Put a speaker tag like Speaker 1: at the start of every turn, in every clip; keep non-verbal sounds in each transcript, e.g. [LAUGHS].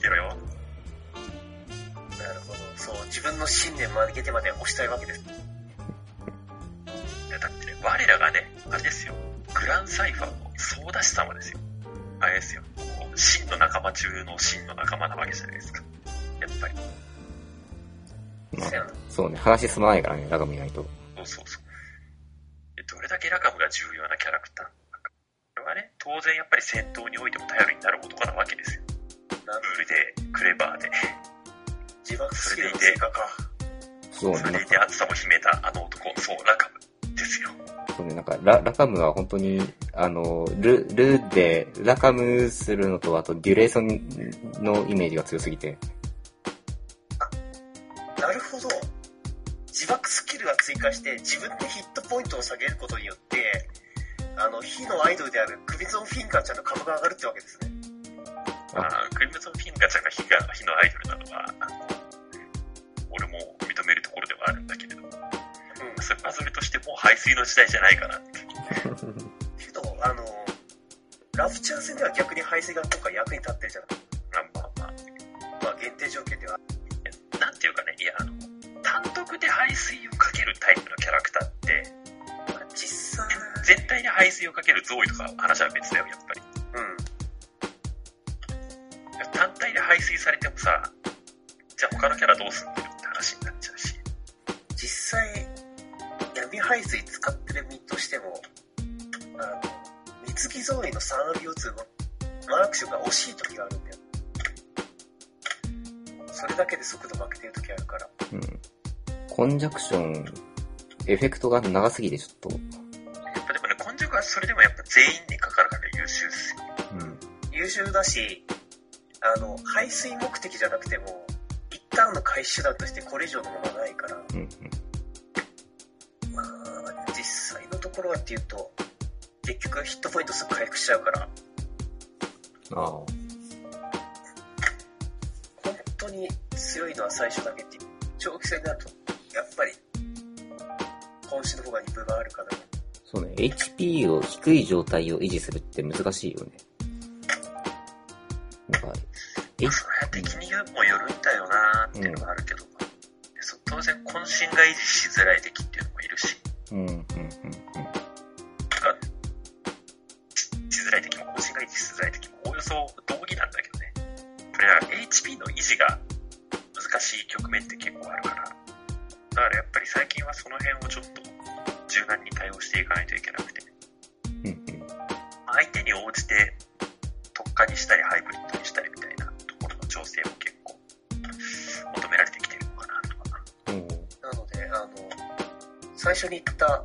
Speaker 1: けろよ。
Speaker 2: なるほど。そう、自分の信念曲げてまで押したいわけです。
Speaker 1: いやだってね、我らがね、あれですよ、グランサイファーの総出し様ですよ。あれですよ、こう真の仲間中の真の仲間なわけじゃないですか。やっぱり、
Speaker 3: まあ
Speaker 2: せやな
Speaker 3: そうね、話進まないからね、ラガムいないと。
Speaker 1: そうそうそう。でどれだけラカムが重要なキャラクターなのか。これはね、当然やっぱり戦闘においても頼りになる男なわけですよ。
Speaker 2: な
Speaker 1: ルールで、クレバーで、
Speaker 2: 自爆スキルの成果か。
Speaker 3: そうね、
Speaker 1: それ
Speaker 3: な
Speaker 1: で
Speaker 3: ん
Speaker 1: いて
Speaker 3: か、
Speaker 1: 熱さも秘めたあの男、そう、ラカムですよ。
Speaker 3: そうね、なんかラ、ラカムは本当に、あの、ル、ルで、ラカムするのと、あと、デュレーションのイメージが強すぎて、
Speaker 2: なるほど。自爆スキルは追加して、自分でヒットポイントを下げることによって、あの、火のアイドルであるクビゾンフィンガーちゃんの株が上がるってわけですね。
Speaker 3: あ
Speaker 1: まあ、クリムゾン・フィンガーちゃんが火が火のアイドルなのは、俺も認めるところではあるんだけれども、
Speaker 2: うん。
Speaker 1: それパズルとしてもう排水の時代じゃないかなって。
Speaker 2: けど、あの、ラフチャー戦では逆に排水が今回役に立ってるじゃない。
Speaker 1: まあまあま
Speaker 2: まあ、限定条件では。
Speaker 1: あ、なんていうかね、いや、あの、単独で排水をかけるタイプのキャラクターって、
Speaker 2: まあ、実際、
Speaker 1: 全体に排水をかけるゾーイとか話は別だよ、やっぱり。
Speaker 2: うん。
Speaker 1: 単体で排水されてもさ、じゃあ他のキャラどうすんのよって話になっちゃうし。
Speaker 2: 実際、闇排水使ってる身としても、あの、三月ゾーイの3割腰痛のマークションが惜しい時があるんだよ。それだけで速度負けてる時あるから。
Speaker 3: うん。コンジャクション、エフェクトが長すぎて、ちょっと、
Speaker 1: やっぱでもね、根性はそれでもやっぱ全員にかかるから優秀っすよ。
Speaker 3: うん。
Speaker 2: 優秀だし、あの、排水目的じゃなくても、一旦の回収手段としてこれ以上のものがないから、
Speaker 3: うん、うん。
Speaker 2: まあ、実際のところはっていうと、結局ヒットポイントすぐ回復しちゃうから、
Speaker 3: ああ。
Speaker 2: 本当に強いのは最初だけっていう長期戦になるとやっぱり今週の方が2分があるかな
Speaker 3: そうね、HP を低い状態を維持するって難しいよね。なんか、え
Speaker 1: まあ、それは敵にもよるんだよなーっていうのがあるけど、でそ当然渾身が維持しづらい敵っていうのもいるし、
Speaker 3: うん、うん、うん、
Speaker 1: がしづらい敵も渾身が維持しづらい敵もおおよそ同義なんだけどね。プレイヤーが HP の維持が難しい局面って結構あるから、だからやっぱり最近はその辺をちょっと柔軟に対応していかないといけなくて、
Speaker 3: うん、うん、うん。
Speaker 1: 相手に応じて特化にしたりハイブリッドにしたりみたいなところの調整も結構求められてきてるのかなとか
Speaker 3: うん、
Speaker 2: なのであの最初に言った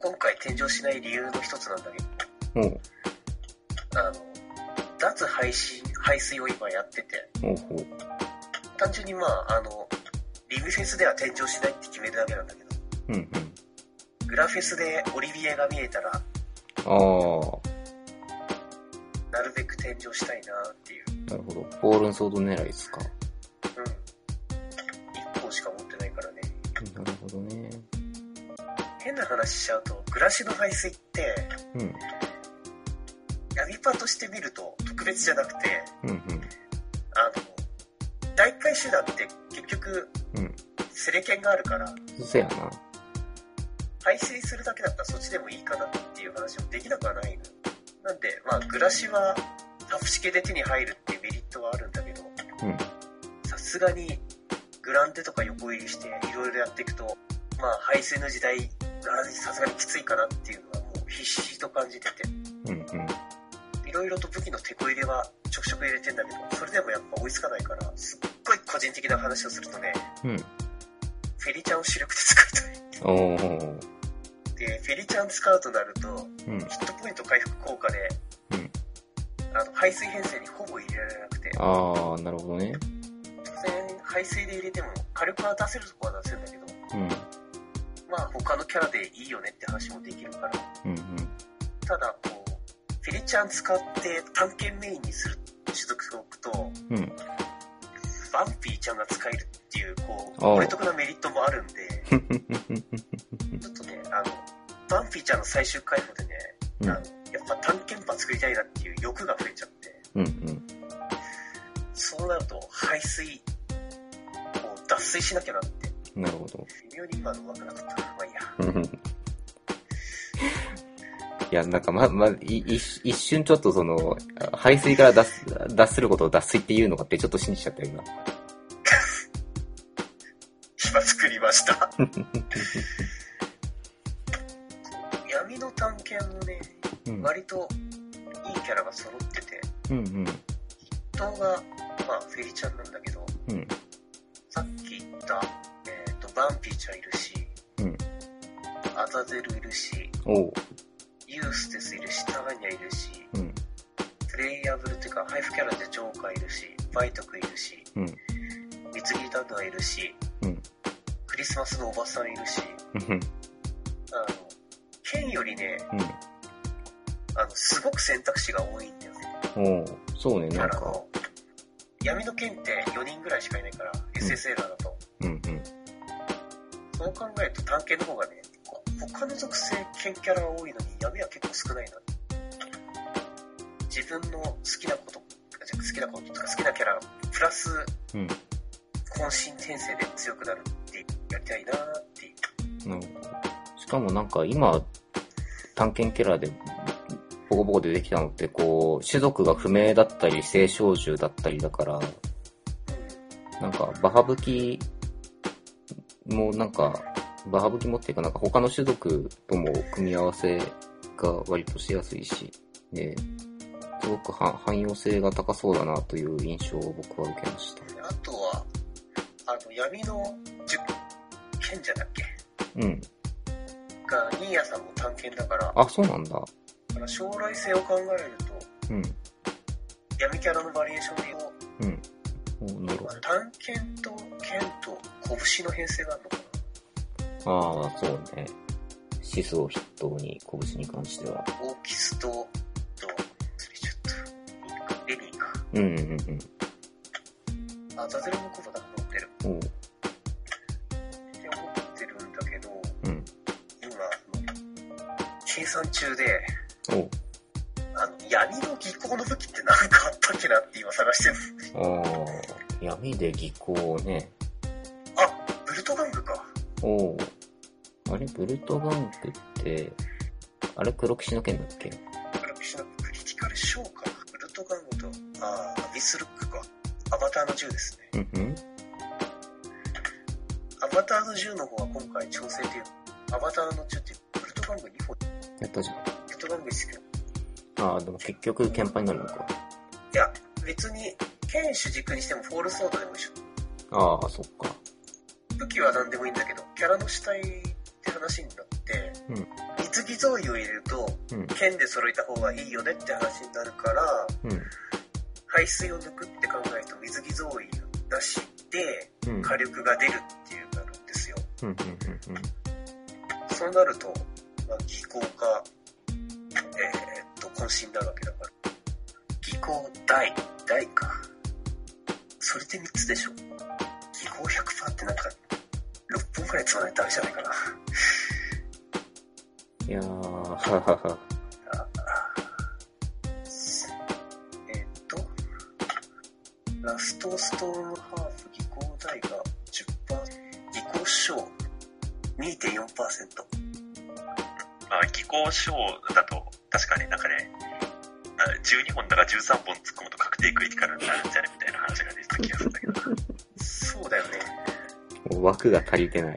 Speaker 2: 今回天井しない理由の一つなんだけ
Speaker 3: おう、
Speaker 2: どあの脱排水排水を今やってて
Speaker 3: おう、ほう。
Speaker 2: 単純にまああのリブフェスでは天井しないって決めるだけなんだけど
Speaker 3: うん、うん。
Speaker 2: グラフェスでオリビエが見えたら
Speaker 3: ああ、
Speaker 2: なるべく天井したいなっていう
Speaker 3: なるほど。フォールンソード狙いですか。
Speaker 2: うん1個しか持ってないからね
Speaker 3: なるほどね。
Speaker 2: 変な話しちゃうとグラシの排水って
Speaker 3: うん、
Speaker 2: 闇パとして見ると特別じゃなくて
Speaker 3: うん、
Speaker 2: あの大回手段って結局
Speaker 3: うん。うん。
Speaker 2: セレケンがあるから
Speaker 3: そやな。
Speaker 2: 排水するだけだったらそっちでもいいかなっていう話もできなくはないのよなんでまあグラシはタフ式で手に入るっていうメリットはあるんだけど
Speaker 3: うん。
Speaker 2: さすがにグランデとか横入りしていろいろやっていくとまあ排水の時代がさすがにきついかなっていうのはもうひしひしと感じてて
Speaker 3: うん、うん。
Speaker 2: いろいろと武器のテこ入れはちょくちょく入れてんだけど、それでもやっぱ追いつかないから、すっごい個人的な話をするとね、
Speaker 3: うん。
Speaker 2: フェリちゃんを主力で使い
Speaker 3: おー。
Speaker 2: たい。で、フェリちゃん使うとなると、
Speaker 3: うん。
Speaker 2: ヒットポイント回復効果で、
Speaker 3: うん
Speaker 2: あの、排水編成にほぼ入れられなくて、
Speaker 3: ああ、なるほどね。
Speaker 2: 当然排水で入れても火力は出せるとこは出せるんだけど、
Speaker 3: うん、
Speaker 2: まあ他のキャラでいいよねって話もできるから、
Speaker 3: うん、
Speaker 2: ただこう、フェリちゃん使って探検メインにする種族が置くと、
Speaker 3: うん。うん。
Speaker 2: バンピーちゃんが使えるっていう、こう、
Speaker 3: おう
Speaker 2: これ得なメリットも
Speaker 3: [LAUGHS]
Speaker 2: あるんで、ちょっとね、あの、バンピーちゃんの最終回復でね、
Speaker 3: うん
Speaker 2: あの、やっぱ探検馬作りたいなっていう欲が増えちゃって、
Speaker 3: うん、うん。
Speaker 2: そうなると、脱水しなきゃなって、
Speaker 3: なるほど。
Speaker 2: 微妙に今のうまくなかった。まあいいや。
Speaker 3: うん [LAUGHS] いや、なんかま、ま、い一一瞬ちょっとその、排水から脱す、脱することを脱水っていうのかってちょっと信じちゃったよ、今。
Speaker 2: 今作りました。闇の探検もね、
Speaker 3: うん
Speaker 2: 割といいキャラが揃ってて、
Speaker 3: うん
Speaker 2: 人が、まあ、フェリちゃんなんだけど、
Speaker 3: うん。うん。
Speaker 2: さっき言った、えっ、と、バンピーちゃんいるし、
Speaker 3: うん
Speaker 2: アザゼルいるし、
Speaker 3: おう。
Speaker 2: ユーステスいるし、ターニャいるし、
Speaker 3: うん。
Speaker 2: プレイヤブルっていうか、配布キャラでジョーカーいるし、バイトクいるし、
Speaker 3: うん。
Speaker 2: ミツギダンナーいるし、
Speaker 3: うん。
Speaker 2: クリスマスのおばさんいるし、
Speaker 3: うん。
Speaker 2: あの、剣よりね、
Speaker 3: うん。
Speaker 2: あの、すごく選択肢が多いんだよね。
Speaker 3: おうそうね、
Speaker 2: だ
Speaker 3: な
Speaker 2: か
Speaker 3: ん
Speaker 2: らあ
Speaker 3: か。
Speaker 2: の、闇の剣って4人ぐらいしかいないから、SSL だと。
Speaker 3: うんうん。
Speaker 2: そう考えると探検の方がね、こ他の属性剣キャラが多いのに闇は結構少ないな。自分の好きなこと、じゃ好きなこととか好きなキャラ、プラス、
Speaker 3: うん
Speaker 2: 渾身転生で強くなるってやりたいなーっていう。
Speaker 3: なるほど。しかもなんか今、探検キャラでボコボコ出てきたのって、こう、種族が不明だったり、性少獣だったりだから、なんか、バハブキもなんか、バハブキもっていうか、なんか他の種族とも組み合わせが割としやすいし、ね、すごくは汎用性が高そうだなという印象を僕は受けました。
Speaker 2: うん。あとは、あの、闇の10賢者だっけ
Speaker 3: うん。
Speaker 2: が、ニーヤさんも探検だから、
Speaker 3: あ、そうなんだ。
Speaker 2: だから将来性を考えると、
Speaker 3: うん。
Speaker 2: 闇キャラのバリエーションで言う
Speaker 3: う
Speaker 2: と
Speaker 3: ん。おなるほ
Speaker 2: まあ探検と剣と拳の編成があるのかな
Speaker 3: ど。ああ、そうね。シスを筆頭に、拳に関しては。
Speaker 2: オーキスと、と、それちょっと、レミーか。
Speaker 3: うんうんうん
Speaker 2: あ、ザゼルのことだと思ってる。
Speaker 3: うん。おう
Speaker 2: って思ってるんだけど、
Speaker 3: うん。
Speaker 2: 今、計算中で、
Speaker 3: おう
Speaker 2: あの、闇の技巧の武器って何かあったっけなって今探してる。
Speaker 3: ああ、闇で技巧をね。
Speaker 2: あ、ブルトガングか。
Speaker 3: おお。あれ、ブルトガンクって、あれ、黒騎士の剣だっけ
Speaker 2: ブルピシのクリティカルショーか。ブルトガングと、あー、アビスルックか。アバターの銃ですね。
Speaker 3: うんうん。
Speaker 2: アバターの銃の方は今回調整という、アバターの銃っていう、ブルトガング2本、
Speaker 3: やったじゃん。
Speaker 2: ブルトガングですけど、
Speaker 3: ああ、でも結局、剣派になるのか。
Speaker 2: いや、別に、剣主軸にしてもフォールソードでも一緒。
Speaker 3: ああ、そっか。
Speaker 2: 武器は何でもいいんだけど、キャラの主体って話になって、
Speaker 3: うん
Speaker 2: 水着贈与を入れると、
Speaker 3: うん。
Speaker 2: 剣で揃えた方がいいよねって話になるから、
Speaker 3: う
Speaker 2: 排水を抜くって考えると水着贈与なしで
Speaker 3: ん。うん。
Speaker 2: 火力が出るっていうなるんですよ。
Speaker 3: うんうんうんうん。
Speaker 2: そうなると、まあ、技巧か、えー、っと、渾身になるわけだから。技巧大、大か。それで3つでしょ。技巧100%ってなんか、6本くらい積まないとダメじゃないかな。
Speaker 3: いやー、ははは。
Speaker 2: えー、っと、ラストストームハーフ技巧大が10%、技巧小2.4%。
Speaker 1: まあ、技巧書だと、確かになんかね、あ12本だから13本突っ込むと確定クリティカルになるんじゃねみたいな話が出てた気がするんだけど、
Speaker 2: そうだよね。
Speaker 3: もう枠が足り [LAUGHS] てない。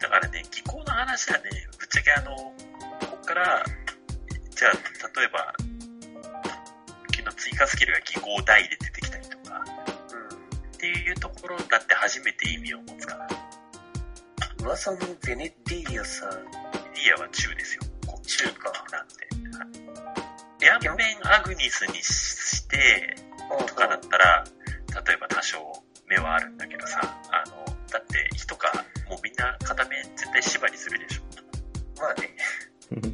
Speaker 1: だからね、技巧の話はね、ぶっちゃけあの、こっから、じゃあ、例えば、昨日追加スキルが技巧大で出てきたりとか、っていうところになって初めて意味を持つかな。デ
Speaker 2: うん。噂のベネディリアさん、
Speaker 1: ィアは中ですよ。こ
Speaker 2: 中か。
Speaker 1: なんで。エアメンアグニスにして、
Speaker 2: うん
Speaker 1: とかだったら、例えば多少目はあるんだけどさ、あの、だって火とか、もうみんな片面絶対芝にするでしょ。
Speaker 2: まあね。
Speaker 1: メン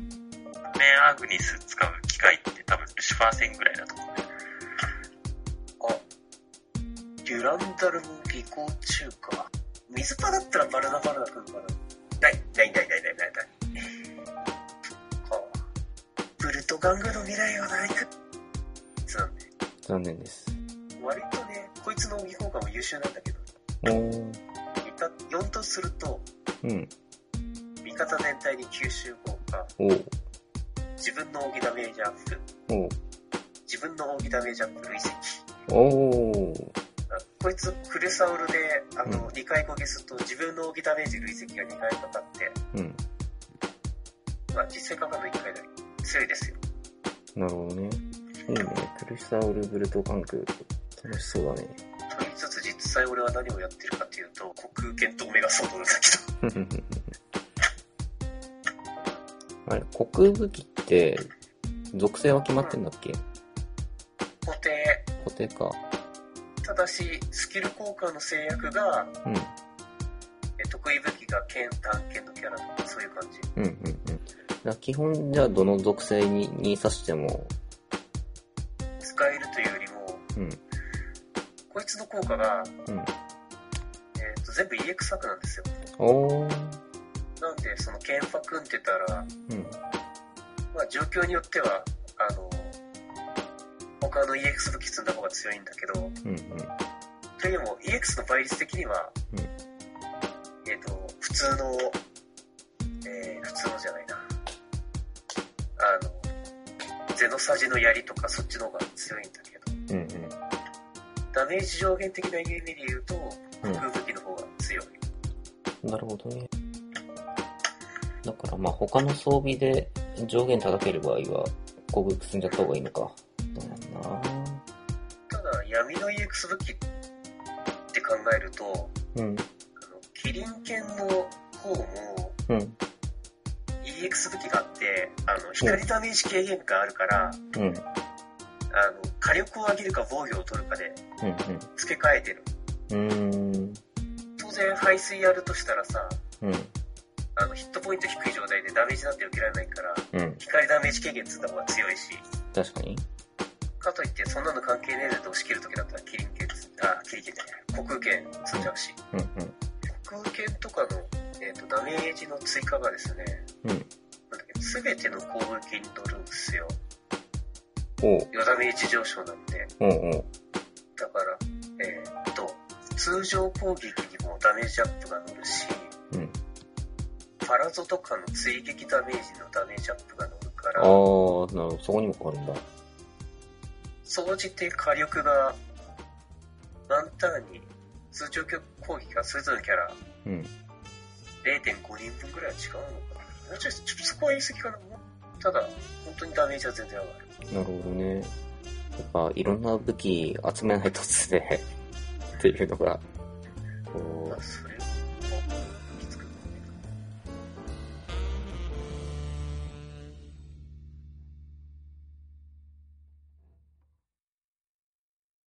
Speaker 1: アグニス使う機会って多分ルシファー戦ぐらいだと思うんだよね。
Speaker 2: あ、デュランダルも技巧中か。水パだったらバルナバルナ来るから。ない、ないないないないないない。か。ブルトガングの未来はないか。そうなんだよ
Speaker 3: 残念です。
Speaker 2: 割とね、こいつの技巧感も優秀なんだけど、
Speaker 3: お
Speaker 2: 4とすると、
Speaker 3: うん。
Speaker 2: 味方全体に吸収効果、
Speaker 3: おう
Speaker 2: 自分の奥義ダメージアップ、
Speaker 3: おう
Speaker 2: 自分の奥義ダメージアップ累積。
Speaker 3: おう
Speaker 2: あこいつ、クレサウルで、あの、
Speaker 3: うん
Speaker 2: 2回攻撃すると自分の奥義ダメージ累積が2回かかって、
Speaker 3: うん。
Speaker 2: まあ実際かかるの1回だけ強いですよ。
Speaker 3: なるほどね。いいね。クルシサウルブルト関係楽しそうだね。
Speaker 2: と言いつつ実際俺は何をやってるかというと、航空剣とオメガソードだけど。
Speaker 3: [LAUGHS] あれ、虚空武器って、属性は決まってんだっけ
Speaker 2: 固定、
Speaker 3: 固定か。
Speaker 2: ただし、スキル効果の制約が、
Speaker 3: うん。
Speaker 2: え得意武器が剣、短剣のキャラとかそういう感じ。
Speaker 3: うんうんうん。だから基本、じゃあ、どの属性にに刺しても、
Speaker 2: 使えるというよりも、
Speaker 3: うん、
Speaker 2: こいつの効果が、
Speaker 3: うん。
Speaker 2: えー、と全部 EX 作なんですよ。
Speaker 3: おー。
Speaker 2: なんで、その剣ファ組んでたら、
Speaker 3: うん。
Speaker 2: まあ状況によっては、あの、他の EX 武器積んだ方が強いんだけど、
Speaker 3: うん
Speaker 2: というのも EX の倍率的には、
Speaker 3: うん
Speaker 2: えっ、と、普通の、えー、普通のじゃないな。あの、ゼノサジの槍とかそっちの方が強いんだけど、
Speaker 3: うん。うん
Speaker 2: ダメージ上限的な意味で言うと、
Speaker 3: うん。
Speaker 2: 空武器の方が強い。
Speaker 3: うん。なるほどね。だから、まあ、他の装備で上限叩ける場合は、攻撃進んじゃった方がいいのか。だよな
Speaker 2: ただ、闇の EX 武器って考えると、
Speaker 3: うん。
Speaker 2: あのキリン犬の方も
Speaker 3: うん。
Speaker 2: EX 武器があって、あの、光ダメージ軽減があるから、
Speaker 3: うん。うん。
Speaker 2: あの、火力を上げるか防御を取るかで付け替えてる。
Speaker 3: うん。うん。
Speaker 2: 当然、排水やるとしたらさ、
Speaker 3: うん。
Speaker 2: あの、ヒットポイント低い状態でダメージなんて受けられないから、
Speaker 3: うん。
Speaker 2: 光ダメージ軽減つんだ方が強いし、
Speaker 3: 確かに。
Speaker 2: かといって、そんなの関係ねえでと押し切るときだったら、キリン剣つ、あ、キリン剣じゃない、虚空剣つんじゃうし、
Speaker 3: うん。
Speaker 2: 虚空剣とかの、えっ、と、ダメージの追加がですね、
Speaker 3: うん。うん。
Speaker 2: なんだっけ、すべての攻撃に乗るんですよ。
Speaker 3: おう。
Speaker 2: 4ダメージ上昇なんで。
Speaker 3: おうおう。
Speaker 2: だから、えーっと、通常攻撃にもダメージアップが乗るし、
Speaker 3: うん。
Speaker 2: パラゾとかの追撃ダメージのダメージアップが乗るか
Speaker 3: ああ、なる
Speaker 2: ら、
Speaker 3: ほど。そこにも変わるんだ。
Speaker 2: 総じて火力が、ワンターンに、通常攻撃がそれぞれのキャラ、
Speaker 3: うん。
Speaker 2: 0.5人分ぐらいは違うのかな。もうちょい、ちょっとそこは言い過ぎかな。ただ、本当にダメージは全然上がる。
Speaker 3: なるほどね。やっぱ、いろんな武器集めないとっすね。っていうのが、こ
Speaker 2: まあ、
Speaker 3: う、
Speaker 2: それ